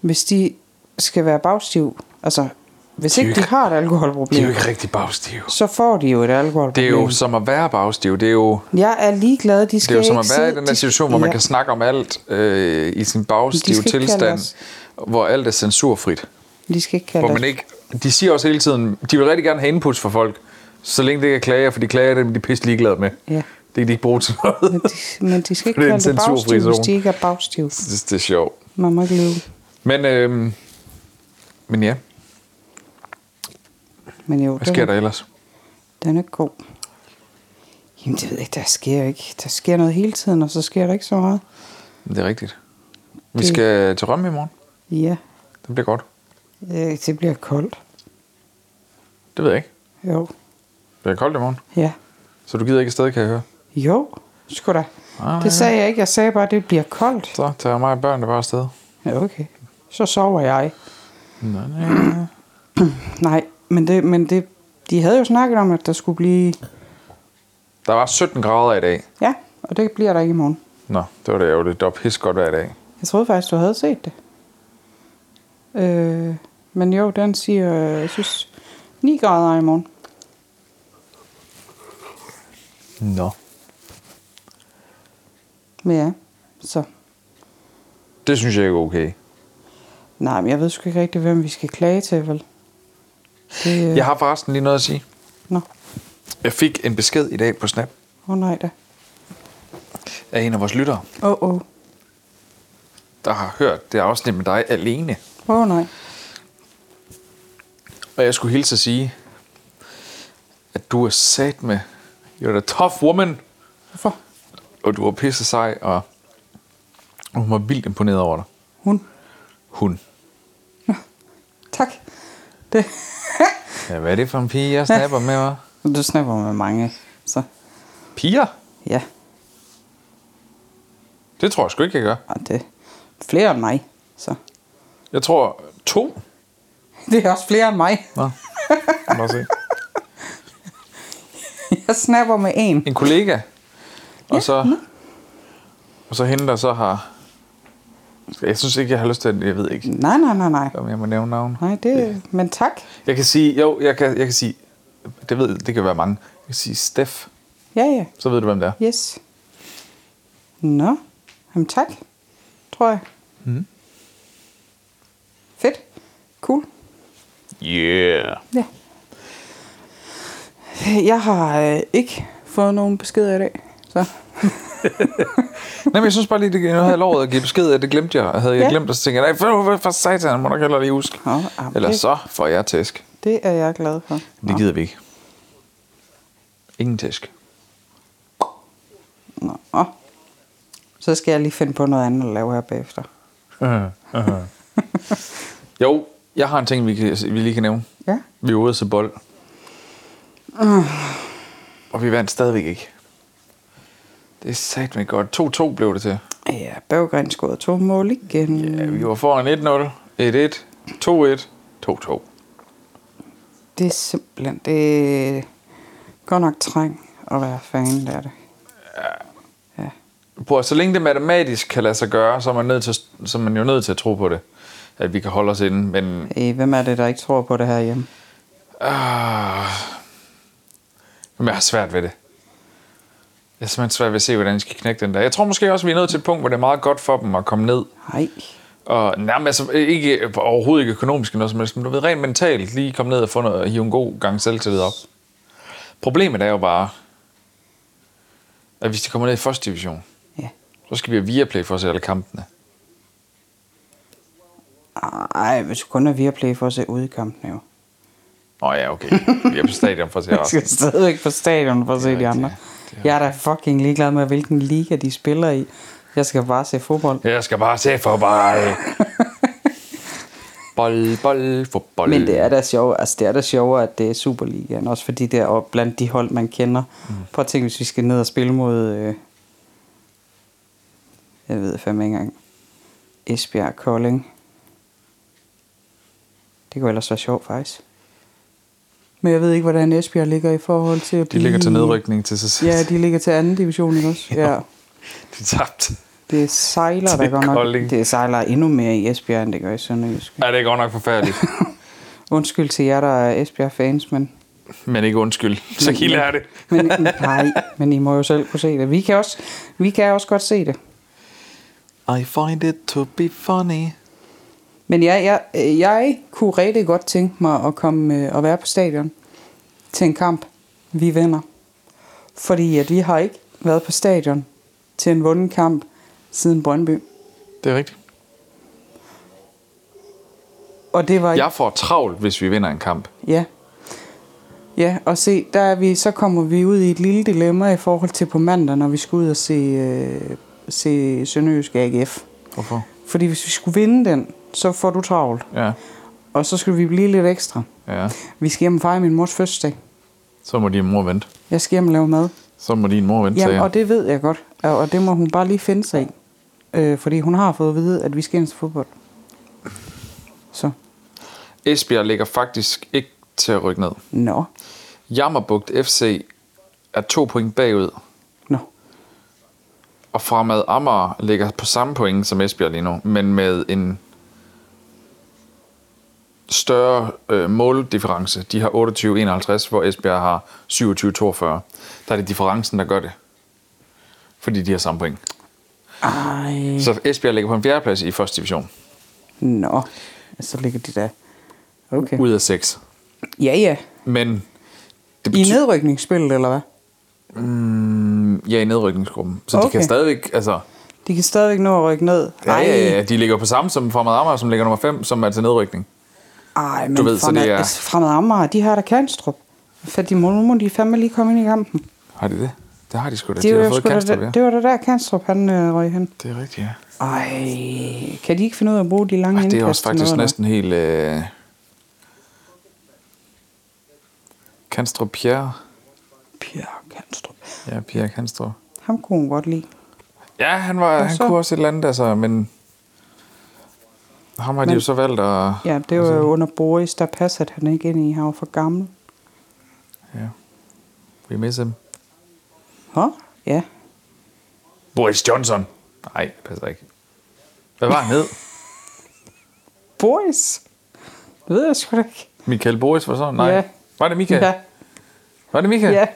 [SPEAKER 3] hvis de skal være bagstiv. Altså, hvis
[SPEAKER 2] er jo
[SPEAKER 3] ikke de
[SPEAKER 2] ikke-
[SPEAKER 3] har et
[SPEAKER 2] Det er jo
[SPEAKER 3] alkoholproblem,
[SPEAKER 2] ikke rigtig bagstiv.
[SPEAKER 3] så får de jo et alkoholproblem.
[SPEAKER 2] Det er jo som at være bagstiv. Det er jo,
[SPEAKER 3] Jeg er ligeglad, de
[SPEAKER 2] det
[SPEAKER 3] skal
[SPEAKER 2] er jo som
[SPEAKER 3] ikke
[SPEAKER 2] at være i
[SPEAKER 3] sidde-
[SPEAKER 2] den der
[SPEAKER 3] de-
[SPEAKER 2] situation, hvor man
[SPEAKER 3] ja.
[SPEAKER 2] kan snakke om alt øh, i sin bagstive
[SPEAKER 3] ikke kalde
[SPEAKER 2] tilstand.
[SPEAKER 3] os-
[SPEAKER 2] Hvor alt er censurfrit.
[SPEAKER 3] De skal ikke kalde
[SPEAKER 2] Hvor man
[SPEAKER 3] os-
[SPEAKER 2] ikke, de siger også hele tiden, de vil rigtig gerne have inputs fra folk, så længe det ikke er klager, for de klager dem, de er pisse ligeglade med.
[SPEAKER 3] Ja.
[SPEAKER 2] Det kan de ikke bruge til noget.
[SPEAKER 3] Men de, men de skal ikke
[SPEAKER 2] Det er en
[SPEAKER 3] kalde det
[SPEAKER 2] censurfri
[SPEAKER 3] bagstiv, hvis
[SPEAKER 2] zone.
[SPEAKER 3] de ikke er bagstiv.
[SPEAKER 2] Jeg synes, det er sjovt.
[SPEAKER 3] Man må ikke leve.
[SPEAKER 2] Men, øhm, men ja,
[SPEAKER 3] Men jo,
[SPEAKER 2] hvad
[SPEAKER 3] den-
[SPEAKER 2] sker der ellers?
[SPEAKER 3] Den er god. Jamen, det ved jeg ikke. Der sker jo ikke. Der sker noget hele tiden, og så sker der ikke så meget.
[SPEAKER 2] Det er rigtigt. Vi
[SPEAKER 3] Det-
[SPEAKER 2] skal til Rømme i morgen.
[SPEAKER 3] Ja,
[SPEAKER 2] Det bliver godt.
[SPEAKER 3] øh, det bliver koldt.
[SPEAKER 2] Det ved jeg ikke.
[SPEAKER 3] Jo.
[SPEAKER 2] Det er koldt i morgen,
[SPEAKER 3] Ja.
[SPEAKER 2] så du gider ikke afsted, kan jeg høre.
[SPEAKER 3] Jo, sgu da.
[SPEAKER 2] Ah, ja.
[SPEAKER 3] det sagde jeg ikke. Jeg sagde bare, at det bliver koldt.
[SPEAKER 2] Så tager mig og børnene bare afsted.
[SPEAKER 3] Ja, okay. Så sover jeg.
[SPEAKER 2] Nå, nej.
[SPEAKER 3] Nej, men, det, men det, de havde jo snakket om, at der skulle blive...
[SPEAKER 2] Der var 17 grader i dag.
[SPEAKER 3] Ja, og det bliver der ikke i morgen.
[SPEAKER 2] Nå, det var det jo det. Der var pis godt hver dag.
[SPEAKER 3] Jeg troede faktisk, du havde set det. Øh, men jo, den siger, øh, jeg synes, 9 grader i morgen.
[SPEAKER 2] Nå.
[SPEAKER 3] Men ja, så...
[SPEAKER 2] Det synes jeg ikke er okay.
[SPEAKER 3] Nej, men jeg ved sgu ikke rigtig, hvem vi skal klage til, vel? Det, øh,
[SPEAKER 2] Jeg har forresten lige noget at sige.
[SPEAKER 3] Nå,
[SPEAKER 2] Jeg fik en besked i dag på Snap
[SPEAKER 3] åh oh, nej da.
[SPEAKER 2] af en af vores lyttere,
[SPEAKER 3] Åh, oh, åh. Oh.
[SPEAKER 2] der har hørt det afsnit med dig alene.
[SPEAKER 3] Åh oh, nej.
[SPEAKER 2] Og jeg skulle hilse at sige, at du er sat med, you're a tough woman,
[SPEAKER 3] Hvorfor?
[SPEAKER 2] og du var pisse sej, og hun var vildt imponeret over dig.
[SPEAKER 3] Hun.
[SPEAKER 2] Hun.
[SPEAKER 3] Tak. Det.
[SPEAKER 2] Ja, hvad er det for en pige, jeg snapper med, hva'?
[SPEAKER 3] Du snapper med mange, så
[SPEAKER 2] Piger?
[SPEAKER 3] ja,
[SPEAKER 2] Det tror jeg sgu ikke, jeg gør.
[SPEAKER 3] og det er flere end mig, så
[SPEAKER 2] Jeg tror to.
[SPEAKER 3] det er også flere end mig.
[SPEAKER 2] Nå, bare se.
[SPEAKER 3] Jeg snapper med en.
[SPEAKER 2] En kollega. Og så, og så hende, der så har... Jeg synes ikke, jeg har lyst til at... Jeg ved ikke,
[SPEAKER 3] Nej, nej, nej, nej.
[SPEAKER 2] om jeg må nævne navn.
[SPEAKER 3] Nej, det, men tak.
[SPEAKER 2] Jeg kan sige... Jo, jeg kan, jeg kan sige... Det ved det kan være mange. Jeg kan sige Steff.
[SPEAKER 3] Ja, ja,
[SPEAKER 2] Så ved du, hvem det er.
[SPEAKER 3] yes. Nå, jamen tak, tror jeg. Mm. Fedt, cool.
[SPEAKER 2] Yeah.
[SPEAKER 3] Ja. Jeg har øh, ikke fået nogen beskeder i dag, så
[SPEAKER 2] Nej, men jeg synes bare lige, det jeg havde lovet at give besked, at det glemte jeg. Havde jeg
[SPEAKER 3] Ja.
[SPEAKER 2] glemt, og så tænkte jeg, nej, for, for, for satan, må du heller lige huske.
[SPEAKER 3] Nå, ah, jamen,
[SPEAKER 2] Eller
[SPEAKER 3] det-
[SPEAKER 2] så får jeg tæsk.
[SPEAKER 3] det er jeg glad for.
[SPEAKER 2] Det gider vi ikke. Ingen tæsk.
[SPEAKER 3] Nå. Nå. Så skal jeg lige finde på noget andet at lave her bagefter.
[SPEAKER 2] Øh, Jo, jeg har en ting, vi, kan, vi lige kan nævne.
[SPEAKER 3] Ja. Øh.
[SPEAKER 2] Vi var ude til bold. Og vi vandt stadigvæk ikke. Det er sat med godt. 2-2 blev det til.
[SPEAKER 3] Ja, Berggren scorede to mål igen.
[SPEAKER 2] Ja, vi var foran 1-0, 1-1, 2-1, 2-2.
[SPEAKER 3] Det er simpelthen... Det er godt nok træng at være fan af det. Ja.
[SPEAKER 2] Prøv, at- så længe det matematisk kan lade sig gøre, så er man, nødt til, så er man jo nødt til at tro på det. At vi kan holde os inde. Men
[SPEAKER 3] Øh, Hvem er det, der ikke tror på det her hjemme?
[SPEAKER 2] Ah. Jamen, jeg har svært ved det. Jeg har simpelthen svært ved at se, hvordan de skal knække den der. Jeg tror måske også, vi er nået til et punkt, hvor det er meget godt for dem at komme ned.
[SPEAKER 3] Nej.
[SPEAKER 2] Og nærmest altså, ikke, overhovedet ikke økonomisk eller noget som helst, men du ved, rent mentalt lige komme ned og få noget, hive en god gang selvtillid op. Problemet er jo bare, at hvis de kommer ned i første division,
[SPEAKER 3] Ja.
[SPEAKER 2] så skal vi have Viaplay for at se alle kampene.
[SPEAKER 3] Ej, hvis du kun er Viaplay for at se udkampene jo.
[SPEAKER 2] Nå ja, okay. Vi er på stadion for at se
[SPEAKER 3] Jeg skal
[SPEAKER 2] resten.
[SPEAKER 3] stadigvæk på stadion for at se de
[SPEAKER 2] rigtigt,
[SPEAKER 3] andre.
[SPEAKER 2] ja. Det er
[SPEAKER 3] Jeg er da fucking ligeglad med, hvilken liga de spiller i. Jeg skal bare se fodbold.
[SPEAKER 2] Jeg skal bare se for mig. bold, bold, fodbold.
[SPEAKER 3] Men det er da sjovt, altså det er da sjovere, at det er Superligaen, også fordi det er op blandt de hold, man kender. Mm. Prøv at tænke, hvis vi skal ned og spille mod, øh, jeg ved fandme ikke engang, Esbjerg Kolding. Det kunne ellers være sjovt, faktisk. Men jeg ved ikke, hvordan Esbjerg ligger i forhold til at
[SPEAKER 2] De
[SPEAKER 3] blive...
[SPEAKER 2] ligger til nedrykning til sig selv.
[SPEAKER 3] Ja, de ligger til anden division, ikke også? Ja.
[SPEAKER 2] de er tabt.
[SPEAKER 3] Det sejler
[SPEAKER 2] Til
[SPEAKER 3] der godt nok.
[SPEAKER 2] Kolding.
[SPEAKER 3] Det sejler endnu mere i Esbjerg, end det gør i Sønderjysk.
[SPEAKER 2] Ja, det er godt nok forfærdeligt.
[SPEAKER 3] Undskyld til jer, der er Esbjerg-fans, men
[SPEAKER 2] Men ikke undskyld. Så kilde er det.
[SPEAKER 3] Men, nej, men I må jo selv kunne se det. Vi kan også, vi kan også godt se det.
[SPEAKER 2] I find it to be funny.
[SPEAKER 3] Men jeg, jeg, øh, jeg kunne rigtig godt tænke mig at komme øh, og være på stadion til en kamp, vi vinder. Fordi at vi har ikke været på stadion til en vunden kamp siden Brøndby.
[SPEAKER 2] Det er rigtigt.
[SPEAKER 3] Og det var
[SPEAKER 2] Jeg får travlt, hvis vi vinder en kamp.
[SPEAKER 3] Ja. Ja, og se, der er vi, så kommer vi ud i et lille dilemma i forhold til på mandag, når vi skal ud og se, øh, se Sønderjysk AGF.
[SPEAKER 2] Hvorfor?
[SPEAKER 3] Fordi hvis vi skulle vinde den, så får du travlt.
[SPEAKER 2] Ja.
[SPEAKER 3] Og så skulle vi blive lidt ekstra.
[SPEAKER 2] Ja.
[SPEAKER 3] Vi skal hjem og fejre min mors fødselsdag.
[SPEAKER 2] Så må din mor vente.
[SPEAKER 3] Jeg skal hjem og lave mad.
[SPEAKER 2] Så må din mor vente,
[SPEAKER 3] Jamen,
[SPEAKER 2] sagde
[SPEAKER 3] og det ved jeg godt. Og og det må hun bare lige finde sig i. Øh, fordi hun har fået at vide, at vi skal ind til fodbold. Så.
[SPEAKER 2] jeg. Esbjerg ligger faktisk ikke til at rykke ned.
[SPEAKER 3] Nå.
[SPEAKER 2] Jammerbugt FC er to point bagud,
[SPEAKER 3] Nå.
[SPEAKER 2] og fremad Amager ligger på samme point som Esbjerg lige nu, men med en større øh, måldifference. De har 28-51, hvor Esbjerg har 27-42. Der er det differencen, der gør det. Fordi de har samme point.
[SPEAKER 3] Mm. Ej.
[SPEAKER 2] Så Esbjerg ligger på en fjerdeplads i første division.
[SPEAKER 3] Nå. Så ligger de der. Okay.
[SPEAKER 2] Ud af seks.
[SPEAKER 3] Ja, ja.
[SPEAKER 2] Men det
[SPEAKER 3] I
[SPEAKER 2] betyder...
[SPEAKER 3] nedrykningsspillet, eller hvad?
[SPEAKER 2] Ja, i nedrykningsgruppen. Så okay. de
[SPEAKER 3] Okay.
[SPEAKER 2] kan stadigvæk... Altså,
[SPEAKER 3] De kan stadigvæk nå at rykke ned.
[SPEAKER 2] ja,
[SPEAKER 3] Ej,
[SPEAKER 2] ja, ja, de ligger på samme som Fremad Amager, som ligger nummer 5, som er til nedrykning.
[SPEAKER 3] Ej, men
[SPEAKER 2] Du ved, så
[SPEAKER 3] fremad,
[SPEAKER 2] det er-
[SPEAKER 3] altså, fremad Amager, de har der Kanstrup. For de må, nu må de fandme lige komme ind i kampen.
[SPEAKER 2] Har de det? Det har de sgu da.
[SPEAKER 3] Det,
[SPEAKER 2] de
[SPEAKER 3] var,
[SPEAKER 2] har
[SPEAKER 3] jo
[SPEAKER 2] fået
[SPEAKER 3] sgu da
[SPEAKER 2] Kanstrup, ja.
[SPEAKER 3] der, det var da der, Kanstrup han øh, røg hen.
[SPEAKER 2] Det er rigtigt, ja.
[SPEAKER 3] Ej, kan de ikke finde ud af at bruge de lange
[SPEAKER 2] Ej,
[SPEAKER 3] indkast?
[SPEAKER 2] det er også
[SPEAKER 3] til
[SPEAKER 2] faktisk
[SPEAKER 3] noget, eller?
[SPEAKER 2] næsten helt... Øh... Kanstrup Pierre.
[SPEAKER 3] Pierre Kanstrup.
[SPEAKER 2] Ja, Pierre Kanstrup.
[SPEAKER 3] Ham kunne hun godt lide.
[SPEAKER 2] Ja, han, var, han
[SPEAKER 3] så?
[SPEAKER 2] kunne også et eller andet, altså, men... Ham har men... de jo så valgt at...
[SPEAKER 3] Ja, det
[SPEAKER 2] Altså-
[SPEAKER 3] var jo under Boris, der passede han ikke ind i. Han var for gammel.
[SPEAKER 2] ja. We miss him.
[SPEAKER 3] Hå? Ja.
[SPEAKER 2] Boris Johnson. Nej, det passer ikke. Hvad var han hed?
[SPEAKER 3] Boris? Det ved jeg sgu da ikke.
[SPEAKER 2] Michael Boris var sådan? Nej.
[SPEAKER 3] Ja.
[SPEAKER 2] Var det Michael?
[SPEAKER 3] Ja.
[SPEAKER 2] Var det Michael?
[SPEAKER 3] ja.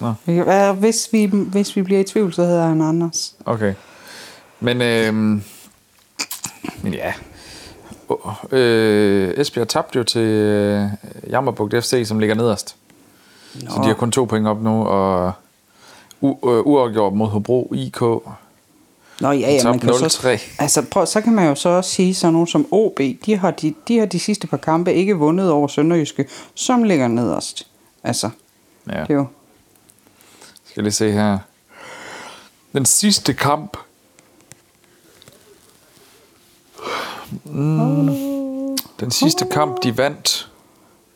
[SPEAKER 2] Nå.
[SPEAKER 3] Hvad, Hvis vi, hvis vi bliver i tvivl, så hedder han Anders.
[SPEAKER 2] Okay. Men, øhm, men ja. Åh, Øh, Esbjerg tabte jo til øh, Jammerbugt FC, som ligger nederst. Nå. Så de har kun to point op nu, og u- øh, uafgjort mod Hobro IK.
[SPEAKER 3] Nå ja, ja,
[SPEAKER 2] tabte
[SPEAKER 3] man kan jo så,
[SPEAKER 2] 0-3.
[SPEAKER 3] altså, prøv, så kan man jo så også sige, sådan nogen som OB, de har de, de har de sidste par kampe ikke vundet over Sønderjyske, som ligger nederst. Altså,
[SPEAKER 2] Ja.
[SPEAKER 3] det er jo...
[SPEAKER 2] Skal jeg lige se her. Den sidste kamp. Mm. Den sidste kamp, de vandt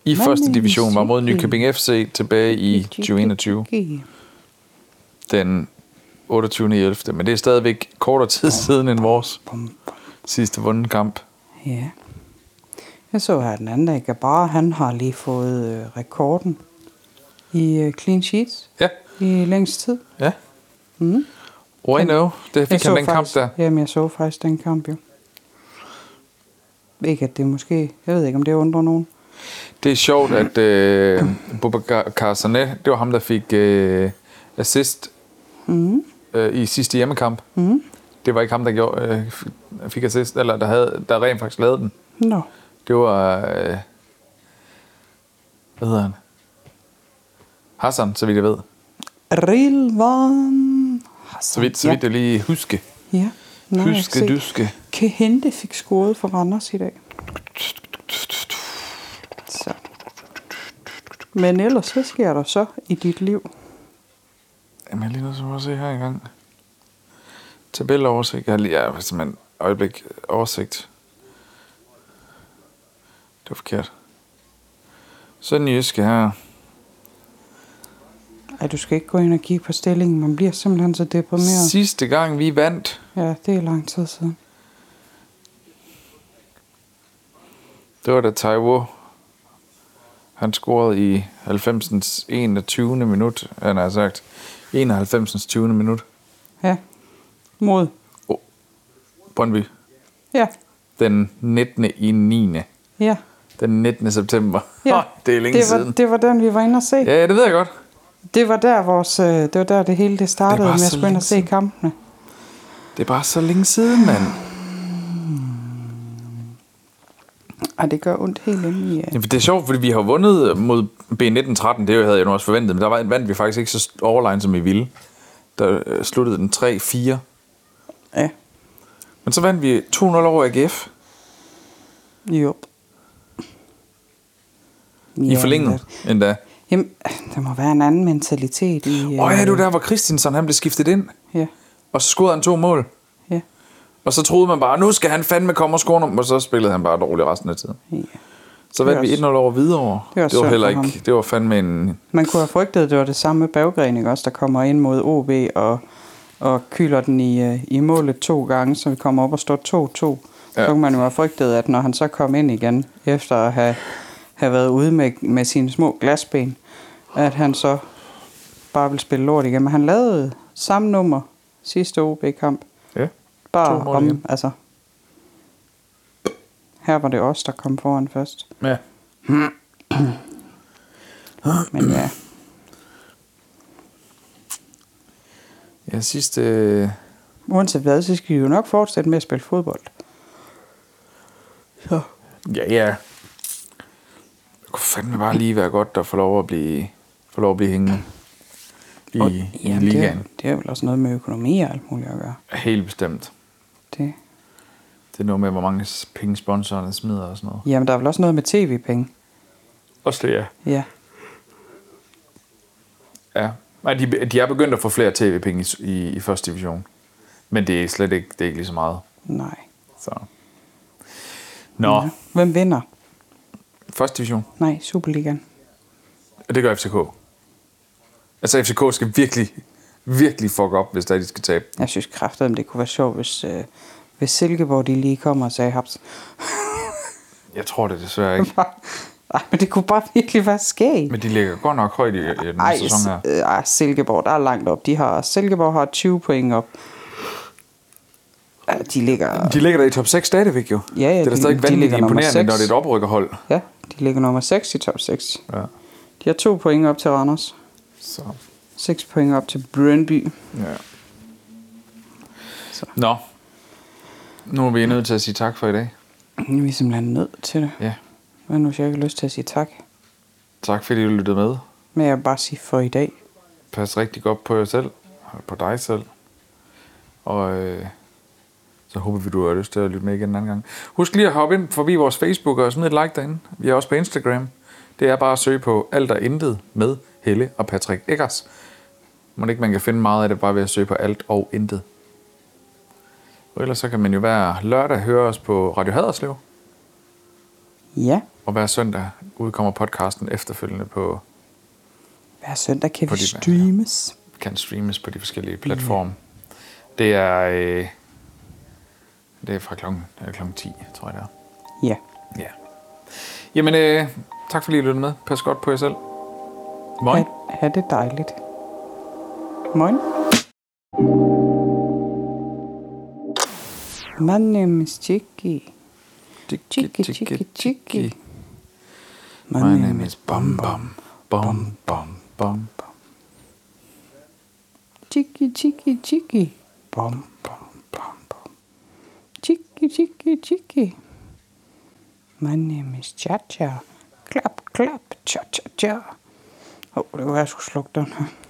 [SPEAKER 2] i første division, var mod Nykøbing FC tilbage i 2021. Den 28.11. Men det er stadigvæk kortere tid siden end vores sidste vundne kamp.
[SPEAKER 3] Ja. Jeg så her den anden dag, Gabara, han har lige fået øh, rekorden i øh, clean sheets
[SPEAKER 2] Ja,
[SPEAKER 3] i længst tid.
[SPEAKER 2] ja. Mm. I know. Det fik
[SPEAKER 3] Mm-hmm. så
[SPEAKER 2] han den kamp
[SPEAKER 3] faktisk,
[SPEAKER 2] der.
[SPEAKER 3] Jamen, jeg så faktisk den kamp, jo. Ikke at det måske... Jeg ved ikke, om det undrer nogen.
[SPEAKER 2] Det er sjovt, at øh, Bubakar Sané, det var ham, der fik øh, assist
[SPEAKER 3] Mm-hmm.
[SPEAKER 2] mm. øh, i sidste hjemmekamp. Mm. Det var ikke ham, der gjorde, øh, f- fik assist, eller der, havde, der rent faktisk lavede den.
[SPEAKER 3] Nå.
[SPEAKER 2] Det var... Øh, hvad hedder han? Hassan, så vidt jeg ved.
[SPEAKER 3] Rilvan
[SPEAKER 2] Så vidt, så vidt
[SPEAKER 3] ja.
[SPEAKER 2] jeg lige huske.
[SPEAKER 3] Ja. Nå, jeg kan
[SPEAKER 2] Huske,
[SPEAKER 3] se.
[SPEAKER 2] duske.
[SPEAKER 3] Kan hente fik scoret for Randers i dag. Så. Men ellers, hvad sker der så i dit liv?
[SPEAKER 2] Jamen, jeg er lige nødt til at se her engang. Tabelloversigt. Jeg har lige, ja, simpelthen øjeblik oversigt. Det var forkert. Så den jyske her.
[SPEAKER 3] Ej, du skal ikke gå ind og kigge på stillingen. Man bliver simpelthen så deprimeret.
[SPEAKER 2] Sidste gang vi vandt,
[SPEAKER 3] Ja, det er lang tid siden.
[SPEAKER 2] det var da Taiwo. Han scorede i 90. 21. minut. Han har sagt 91. 20. minut.
[SPEAKER 3] Ja. Mod.
[SPEAKER 2] Oh. Brøndby.
[SPEAKER 3] Ja.
[SPEAKER 2] Den 19. i 9.
[SPEAKER 3] Ja.
[SPEAKER 2] Den 19. september.
[SPEAKER 3] ja.
[SPEAKER 2] det er længe
[SPEAKER 3] det var,
[SPEAKER 2] siden.
[SPEAKER 3] Det var den, vi var inde og se. Ja.
[SPEAKER 2] Ja, det ved jeg godt.
[SPEAKER 3] Det var der, vores, øh, det, var der det hele det startede
[SPEAKER 2] bare
[SPEAKER 3] med
[SPEAKER 2] så
[SPEAKER 3] at skulle ind
[SPEAKER 2] længe
[SPEAKER 3] og se
[SPEAKER 2] siden.
[SPEAKER 3] kampene.
[SPEAKER 2] Det er bare så længe siden, mand.
[SPEAKER 3] Og det gør ondt helt inde i... Øh.
[SPEAKER 2] Ja, for Det er sjovt, fordi vi har vundet mod B19-13, det havde jeg nu også forventet, men der var- vandt vi faktisk ikke så overline, som vi ville. Der øh, sluttede den 3-4.
[SPEAKER 3] Ja.
[SPEAKER 2] Men så vandt vi 2-0 over AGF
[SPEAKER 3] Jo.
[SPEAKER 2] i forlænget endda.
[SPEAKER 3] Jamen, der må være en anden mentalitet i... øh,
[SPEAKER 2] Åh ja, det var der, hvor Christensen han blev skiftet ind,
[SPEAKER 3] Ja,
[SPEAKER 2] og så scorede han to mål.
[SPEAKER 3] ja,
[SPEAKER 2] Og så troede man bare, nu skal han fandme komme og score nummer, og så spillede han bare dårligt resten af tiden.
[SPEAKER 3] ja.
[SPEAKER 2] Så vandt vi
[SPEAKER 3] også-
[SPEAKER 2] 1-0 over Hvidovre.
[SPEAKER 3] det er
[SPEAKER 2] Det
[SPEAKER 3] også
[SPEAKER 2] var
[SPEAKER 3] synd
[SPEAKER 2] heller
[SPEAKER 3] for
[SPEAKER 2] ikke...
[SPEAKER 3] ham.
[SPEAKER 2] Det var fandme en...
[SPEAKER 3] Man kunne have frygtet, at det var det samme med Berggren, ikke også, der kommer ind mod OB og, og kyler den i, øh, i målet to gange, så vi kommer op og står 2-2. Ja.
[SPEAKER 2] Ja.
[SPEAKER 3] Så kunne man jo have frygtet, at når han så kom ind igen, efter at have, have været ude med, med sine små glasben, at han så bare ville spille lort igen. Men han lavede samme nummer sidste OB-kamp.
[SPEAKER 2] Ja.
[SPEAKER 3] Bare
[SPEAKER 2] To mål
[SPEAKER 3] om,
[SPEAKER 2] igen.
[SPEAKER 3] altså... Her var det os, der kom foran først.
[SPEAKER 2] ja.
[SPEAKER 3] Men ja,
[SPEAKER 2] Ja, sidste... Øh,
[SPEAKER 3] uanset hvad, så skal vi jo nok fortsætte med at spille fodbold. Så.
[SPEAKER 2] ja, ja. Det kunne fandme bare lige være godt, der får lov at blive, får lov at blive hængende i, og, i
[SPEAKER 3] Jamen, det, er,
[SPEAKER 2] ligaen.
[SPEAKER 3] det er vel også noget med økonomi og alt muligt at gøre.
[SPEAKER 2] Helt bestemt.
[SPEAKER 3] Det.
[SPEAKER 2] Det er noget med, hvor mange s- penge sponsorerne smider og sådan noget.
[SPEAKER 3] Jamen, der er vel også noget med tv-penge.
[SPEAKER 2] Også det, ja.
[SPEAKER 3] Ja.
[SPEAKER 2] Ja. Nej, de, de er begyndt at få flere tv-penge i, s- i, i første division. Men det er slet ikke, det er ikke lige så meget.
[SPEAKER 3] Nej.
[SPEAKER 2] Så. Nå,
[SPEAKER 3] Ja. Hvem vinder?
[SPEAKER 2] første division.
[SPEAKER 3] Nej, Superligaen.
[SPEAKER 2] Det gør FCK. Altså, FCK skal virkelig, virkelig fuck op, hvis der er, de skal tabe.
[SPEAKER 3] Jeg synes kraftigt, det kunne være sjovt, hvis, øh, hvis Silkeborg de lige kommer og sagde haps.
[SPEAKER 2] Jeg tror det desværre ikke.
[SPEAKER 3] Nej, men det kunne bare virkelig være skægt.
[SPEAKER 2] Men de ligger godt nok højt i, i den
[SPEAKER 3] Ej,
[SPEAKER 2] her sæson her.
[SPEAKER 3] øh, ej, Silkeborg, der er langt op. De har, Silkeborg har 20 point op. Ja, de ligger...
[SPEAKER 2] De ligger der i top 6 stadigvæk jo.
[SPEAKER 3] ja,
[SPEAKER 2] det er da
[SPEAKER 3] de-
[SPEAKER 2] stadig
[SPEAKER 3] de
[SPEAKER 2] vanvittigt
[SPEAKER 3] ligger nummer
[SPEAKER 2] imponerende,
[SPEAKER 3] seks.
[SPEAKER 2] når det er et oprykkerhold.
[SPEAKER 3] Ja, de ligger nummer 6 i top 6.
[SPEAKER 2] Ja.
[SPEAKER 3] De har to point op til Randers.
[SPEAKER 2] Så,
[SPEAKER 3] 6 point op til Brøndby.
[SPEAKER 2] ja.
[SPEAKER 3] Så.
[SPEAKER 2] Nå. Nu er vi nødt til at sige tak for i dag.
[SPEAKER 3] Vi er simpelthen nødt til det.
[SPEAKER 2] Ja.
[SPEAKER 3] Men nu har jeg ikke lyst til at sige tak.
[SPEAKER 2] Tak fordi du lyttede med.
[SPEAKER 3] Men jeg vil bare sige for i dag.
[SPEAKER 2] Pas rigtig godt på jer selv. og På dig selv. Og øh, så håber vi, du har lyst til at lytte med igen en anden gang. Husk lige at hoppe ind forbi vores Facebook og smid et like derinde. Vi er også på Instagram. Det er bare at søge på alt og intet med Helle og Patrick Eggers. Må ikke man kan finde meget af det bare ved at søge på alt og intet. Og ellers så kan man jo hver lørdag høre os på Radio Haderslev.
[SPEAKER 3] Ja,
[SPEAKER 2] Og hver søndag udkommer podcasten efterfølgende på
[SPEAKER 3] hver søndag kan
[SPEAKER 2] På
[SPEAKER 3] vi
[SPEAKER 2] dit værk, ja.
[SPEAKER 3] streames.
[SPEAKER 2] kan streames på de forskellige platforme. Det er øh, det er fra klokken, øh, klokken 10, tror jeg det er.
[SPEAKER 3] Ja,
[SPEAKER 2] Ja. Jamen, øh, tak fordi I lyttede med. Pas godt på jer selv. Moin.
[SPEAKER 3] ha, ha det dejligt. Moin. My name is Chicky. Chicky, Chicky, Chicky. My,
[SPEAKER 2] My name is Bom Bom. Bom Bom Bom.
[SPEAKER 3] Chicky, Chicky, Chicky. Bom, bom, bom, bom. Chicky, Chicky, Chicky. My name is Cha Cha. Klap, klap, cha, cha, cha. Åh, oh, det var, jeg skulle slukke den her.